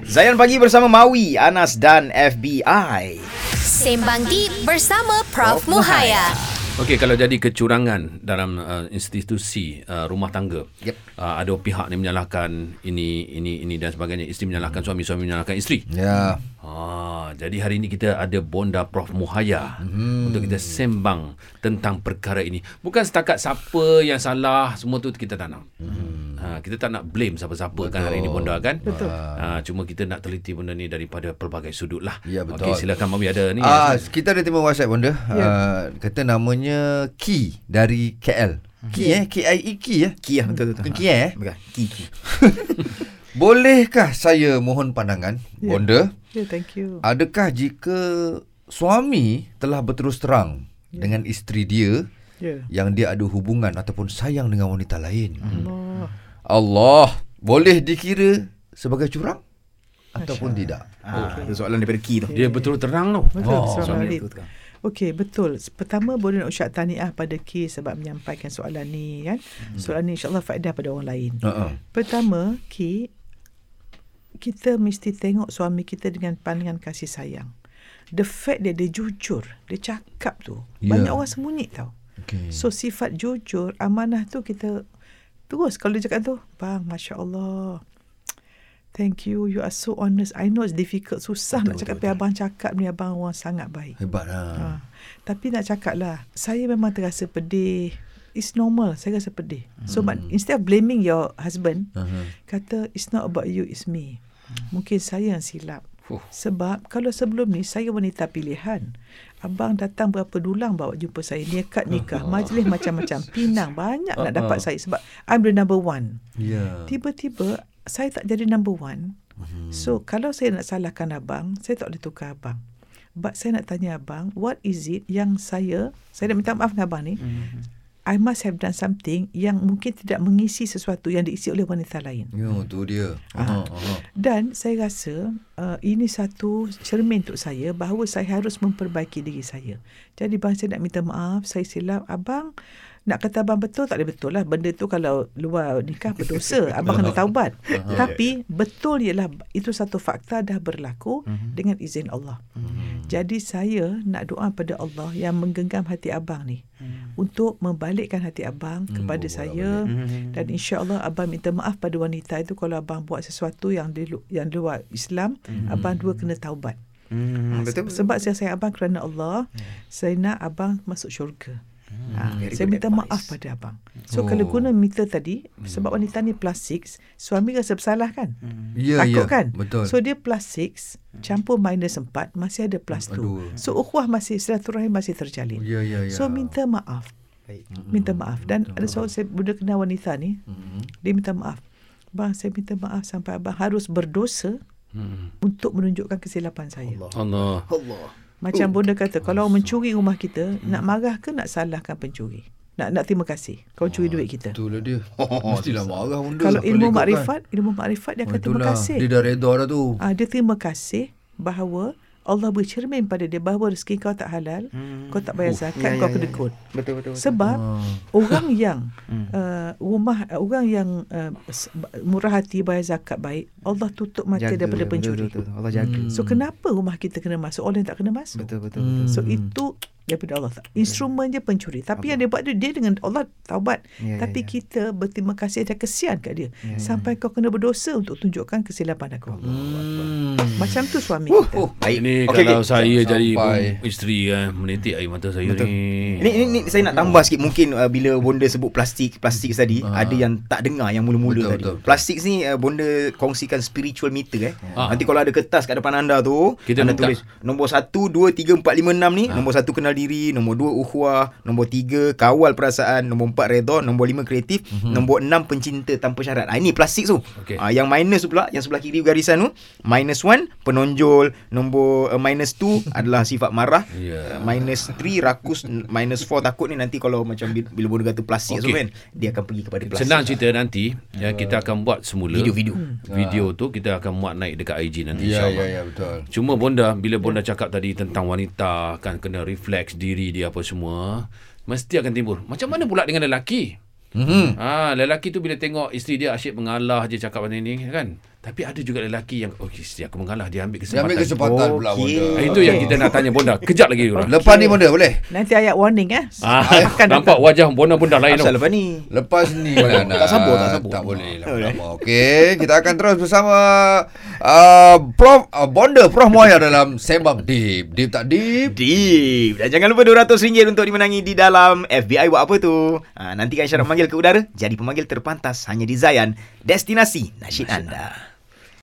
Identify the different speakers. Speaker 1: Zayan pagi bersama Maui, Anas dan FBI.
Speaker 2: Sembang Deep bersama Prof. Muhaya.
Speaker 3: Okey, kalau jadi kecurangan dalam uh, institusi uh, rumah tangga,
Speaker 1: Yep.
Speaker 3: uh, ada pihak ni menyalahkan ini, ini, ini dan sebagainya. Isteri menyalahkan suami, suami menyalahkan isteri.
Speaker 1: Ya.
Speaker 3: Ah, jadi hari ini kita ada Bonda Prof Muhaya hmm. untuk kita sembang tentang perkara ini. Bukan setakat siapa yang salah, semua tu kita tak nak. Hmm. Ha, kita tak nak blame siapa-siapa kan hari ini Bonda kan? Betul. Ha, cuma kita nak teliti benda ni daripada pelbagai sudut lah.
Speaker 4: Ya, betul.
Speaker 3: Okey, silakan Mami ada ni. kan?
Speaker 4: Ah, kita ada terima WhatsApp benda. Yeah. Uh, kata namanya Ki dari KL. Ki eh, K I E Ki eh.
Speaker 1: Ki lah, betul betul.
Speaker 4: Bukan Ki eh.
Speaker 1: Bukan, ki ki.
Speaker 4: Bolehkah saya mohon pandangan yeah. bonda?
Speaker 5: Yeah, thank you.
Speaker 4: Adakah jika suami telah berterus terang yeah. dengan isteri dia
Speaker 5: Yeah.
Speaker 4: yang dia ada hubungan ataupun sayang dengan wanita lain? Hmm.
Speaker 5: Allah.
Speaker 4: Allah, boleh dikira sebagai curang ataupun tidak?
Speaker 1: Ah, itu soalan daripada ki tu.
Speaker 3: Dia betul terang tu.
Speaker 5: Betul,
Speaker 3: Oh,
Speaker 5: oh, Surah
Speaker 1: suami
Speaker 5: Khalid.
Speaker 1: betul terang.
Speaker 5: Okey, betul. Pertama, boleh nak ucap tahniah pada Ki sebab menyampaikan soalan ni kan. Soalan ni insyaAllah faedah pada orang lain.
Speaker 4: Uh-uh.
Speaker 5: Pertama, Ki, kita mesti tengok suami kita dengan pandangan kasih sayang. The fact dia, dia jujur, dia cakap tu.
Speaker 4: Ya.
Speaker 5: Banyak orang sembunyi tau.
Speaker 4: Okay.
Speaker 5: So sifat jujur, amanah tu kita terus kalau dia cakap tu, bang, masya Allah. Thank you. You are so honest. I know it's difficult. Susah betul, nak cakap. Tapi abang cakap ni abang orang sangat baik.
Speaker 4: Hebat lah.
Speaker 5: Ha. Tapi nak cakap lah, saya memang terasa pedih. It's normal, saya rasa pedih. So, hmm. instead of blaming your husband,
Speaker 4: Uh-huh.
Speaker 5: kata, it's not about you, it's me. Mungkin saya yang silap.
Speaker 3: Huh.
Speaker 5: Sebab kalau sebelum ni saya wanita pilihan. Abang datang berapa dulang bawa jumpa saya. Niakat nikah, majlis macam-macam. Pinang, banyak nak dapat saya. Sebab I'm the number one.
Speaker 4: Ya.
Speaker 5: Tiba-tiba saya tak jadi number one. So kalau saya nak salahkan abang, saya tak boleh tukar abang. But saya nak tanya abang, what is it yang saya, saya nak minta maaf dengan abang ni, I must have done something yang mungkin tidak mengisi sesuatu yang diisi oleh wanita lain.
Speaker 4: Ya, tu dia. Ha.
Speaker 5: Ah.
Speaker 4: Ha.
Speaker 5: Dan saya rasa uh, ini satu cermin untuk saya bahawa saya harus memperbaiki diri saya. Jadi bang saya nak minta maaf, saya silap. Abang nak kata abang betul tak ada betul lah. Benda tu kalau luar nikah berdosa. Abang kena taubat. Tapi betul ialah itu satu fakta dah berlaku
Speaker 1: Mhm.
Speaker 5: dengan izin Allah. Jadi saya nak doa pada Allah yang menggenggam hati abang ni
Speaker 1: Mhm.
Speaker 5: untuk membalikkan hati abang
Speaker 1: Hmm,
Speaker 5: kepada saya dan
Speaker 1: Mhm.
Speaker 5: insya-Allah abang minta maaf pada wanita itu kalau abang buat sesuatu yang di lu- yang di luar Islam
Speaker 1: Mhm.
Speaker 5: abang dua kena taubat.
Speaker 1: Hmm,
Speaker 5: Ha,
Speaker 1: betul.
Speaker 5: se- Sebab saya sayang abang kerana Allah, saya nak abang masuk syurga.
Speaker 1: Ya.
Speaker 5: Ha,
Speaker 1: Hmm, very
Speaker 5: saya
Speaker 1: good
Speaker 5: minta
Speaker 1: advice. Hmm.
Speaker 5: maaf pada abang. So oh. kalau guna meter tadi, sebab wanita ni plus 6, suami rasa bersalah kan?
Speaker 4: Ya,
Speaker 5: Takut
Speaker 4: ya.
Speaker 5: kan?
Speaker 4: Betul.
Speaker 5: So dia plus 6, campur minus 4, masih ada plus 2.
Speaker 4: Aduh.
Speaker 5: So ukhuwah masih, silaturahim masih terjalin.
Speaker 4: Ya, ya, ya.
Speaker 5: So minta maaf.
Speaker 1: Baik.
Speaker 5: Minta maaf. Dan ada seorang saya benda kenal wanita ni, dia minta maaf. Bang, saya minta maaf sampai abang harus berdosa
Speaker 3: Hmm.
Speaker 5: untuk menunjukkan kesilapan saya.
Speaker 3: Allah.
Speaker 1: Allah.
Speaker 4: Oh.
Speaker 5: Macam bonda kata kalau orang mencuri rumah kita, nak marah ke nak salahkan pencuri? Nak nak terima kasih kau curi duit kita.
Speaker 4: Itulah dia. Mestilah marah benda.
Speaker 5: Kalau
Speaker 4: Apa
Speaker 5: ilmu
Speaker 4: dia ikutkan?
Speaker 5: makrifat, ilmu makrifat dia akan
Speaker 4: Ah,
Speaker 5: terima
Speaker 4: kan. itulah.
Speaker 5: kasih.
Speaker 4: Dia dah reda dah tu.
Speaker 5: Ah dia terima kasih bahawa Allah bercermin pada dia bahawa rezeki kau tak halal,
Speaker 1: Hmm.
Speaker 5: kau tak
Speaker 1: Oh,
Speaker 5: bayar
Speaker 1: ya,
Speaker 5: zakat, kau kena kod.
Speaker 1: Betul betul. Hmm. betul.
Speaker 5: Sebab orang yang uh, rumah uh, orang yang uh, s- murah hati bayar zakat baik, Allah tutup mata
Speaker 1: Jaga,
Speaker 5: daripada
Speaker 1: betul,
Speaker 5: pencuri. Hmm.
Speaker 1: betul, betul. Allah jaga.
Speaker 5: So kenapa rumah kita kena masuk, orang yang tak kena masuk? Hmm.
Speaker 1: Betul Hmm. betul betul.
Speaker 5: So itu daripada Allah. Instrumen dia pencuri. Tapi yang dia buat tu dia dengan Allah taubat.
Speaker 1: Ya, ya,
Speaker 5: Tapi
Speaker 1: ya.
Speaker 5: kita berterima kasih dan kesian kat dia. Sampai kau kena berdosa untuk tunjukkan kesilapan aku.
Speaker 1: Hmm.
Speaker 3: Hmm.
Speaker 5: Macam tu suami kita.
Speaker 4: Oh,
Speaker 1: Baik.
Speaker 3: Ini
Speaker 1: Okey,
Speaker 3: okay, kalau
Speaker 1: okey.
Speaker 3: saya jadi
Speaker 4: Sampai.
Speaker 3: ibu isteri kan menitik air mata saya
Speaker 1: Betul.
Speaker 3: ni.
Speaker 1: Ini, ini, ini saya nak tambah sikit mungkin uh, bila bonda sebut plastik plastik tadi
Speaker 4: Ah.
Speaker 1: ada yang tak dengar yang mula-mula
Speaker 4: Betul,
Speaker 1: tadi.
Speaker 4: betul, betul.
Speaker 1: Plastik ni uh, bonda kongsikan spiritual meter eh.
Speaker 3: Ah.
Speaker 1: Nanti kalau ada kertas kat depan anda tu
Speaker 3: Kita
Speaker 1: anda
Speaker 3: minta.
Speaker 1: tulis nombor 1 2 3 4 5 6
Speaker 4: Ah.
Speaker 1: ni nombor 1 kenal diri, nombor 2 ukhuwah, nombor 3 kawal perasaan, nombor 4 redha, nombor 5 kreatif, nombor 6 pencinta tanpa syarat. Ah ini plastik tu.
Speaker 3: Mhm. Okey.
Speaker 1: Ah, yang minus tu pula yang sebelah kiri garisan tu minus 1 penonjol, nombor uh, minus 2 adalah sifat marah,
Speaker 3: Ya.
Speaker 1: yeah. minus 3 rakus n- minus 4 takut ni nanti kalau macam bila, bila bonda kata plastik okay. tu
Speaker 3: Okey.
Speaker 1: kan dia akan pergi kepada plastik
Speaker 3: Senang cerita nanti ya, kita akan buat semula
Speaker 1: Video-video.
Speaker 3: Video tu kita akan muat naik dekat IG nanti
Speaker 4: Hmm. ya, ya,
Speaker 3: insyaAllah.
Speaker 4: ya, betul.
Speaker 3: Cuma bonda bila bonda cakap tadi tentang wanita kan kena refleks diri dia apa semua mesti akan timbul. Macam mana pula dengan lelaki?
Speaker 4: Mm-hmm.
Speaker 5: Hmm.
Speaker 3: Ah ha, lelaki tu bila tengok isteri dia asyik mengalah je cakap macam ni kan. Tapi ada juga lelaki yang okey si aku mengalah dia ambil
Speaker 4: Dia
Speaker 3: kesempatan.
Speaker 4: ambil kesempatan
Speaker 1: Okey.
Speaker 4: pula bonda.
Speaker 3: Ah, itu yang kita nak tanya bonda. Kejap lagi orang.
Speaker 4: Lepas ni bonda boleh?
Speaker 5: Nanti ayat warning eh.
Speaker 3: Ah,
Speaker 5: Akan
Speaker 3: nampak wajah bonda pun dah lain.
Speaker 1: Asal
Speaker 3: tau.
Speaker 1: lepas ni
Speaker 4: Lepas ni lah nak.
Speaker 1: Tak sabar, tak sabar.
Speaker 4: Tak boleh lah.
Speaker 1: Tak boleh.
Speaker 4: lama. Okey, kita akan terus bersama uh, Prof uh, Bonda Prof Moya dalam Sembang Deep. Deep tak deep?
Speaker 1: Deep Dan jangan lupa RM200 untuk dimenangi di dalam FBI buat apa tu Ah, ha, Nantikan syarat memanggil ke udara Jadi pemanggil terpantas hanya di Zayan Destinasi nasyid anda